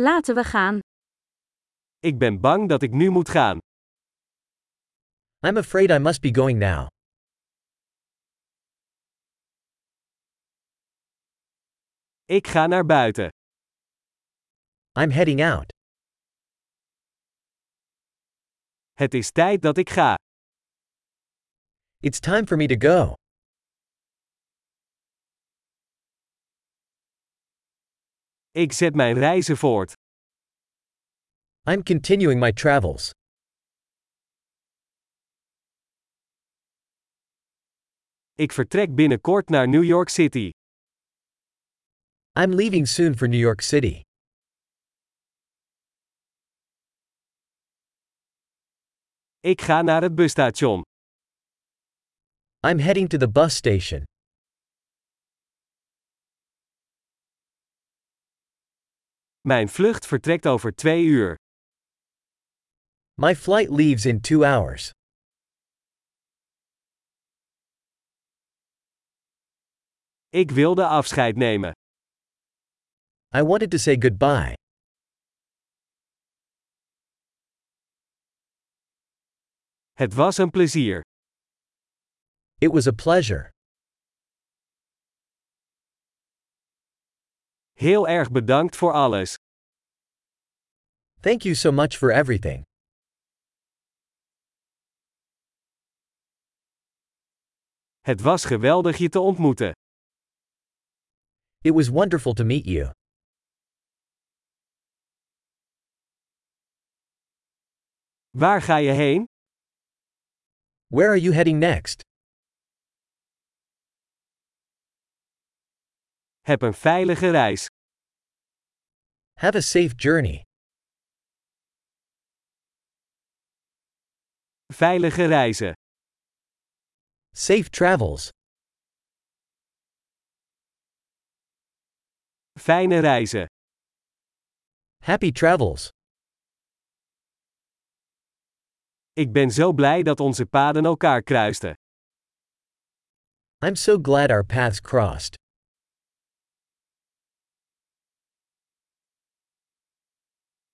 Laten we gaan. Ik ben bang dat ik nu moet gaan. I'm afraid I must be going now. Ik ga naar buiten. I'm heading out. Het is tijd dat ik ga. It's time for me to go. Ik zet mijn reizen voort. I'm continuing my travels. Ik vertrek binnenkort naar New York City. I'm leaving soon for New York City. Ik ga naar het busstation. I'm heading to the bus station. Mijn vlucht vertrekt over twee uur. My flight leaves in two hours. Ik wilde afscheid nemen. I wanted to say goodbye. Het was een plezier. It was a pleasure. Heel erg bedankt voor alles. Thank you so much for everything. Het was geweldig je te ontmoeten. It was wonderful to meet you. Waar ga je heen? Where are you heading next? Heb een veilige reis. Have a safe journey. Veilige reizen. Safe travels. Fijne reizen. Happy travels. Ik ben zo blij dat onze paden elkaar kruisten. I'm so glad our paths crossed.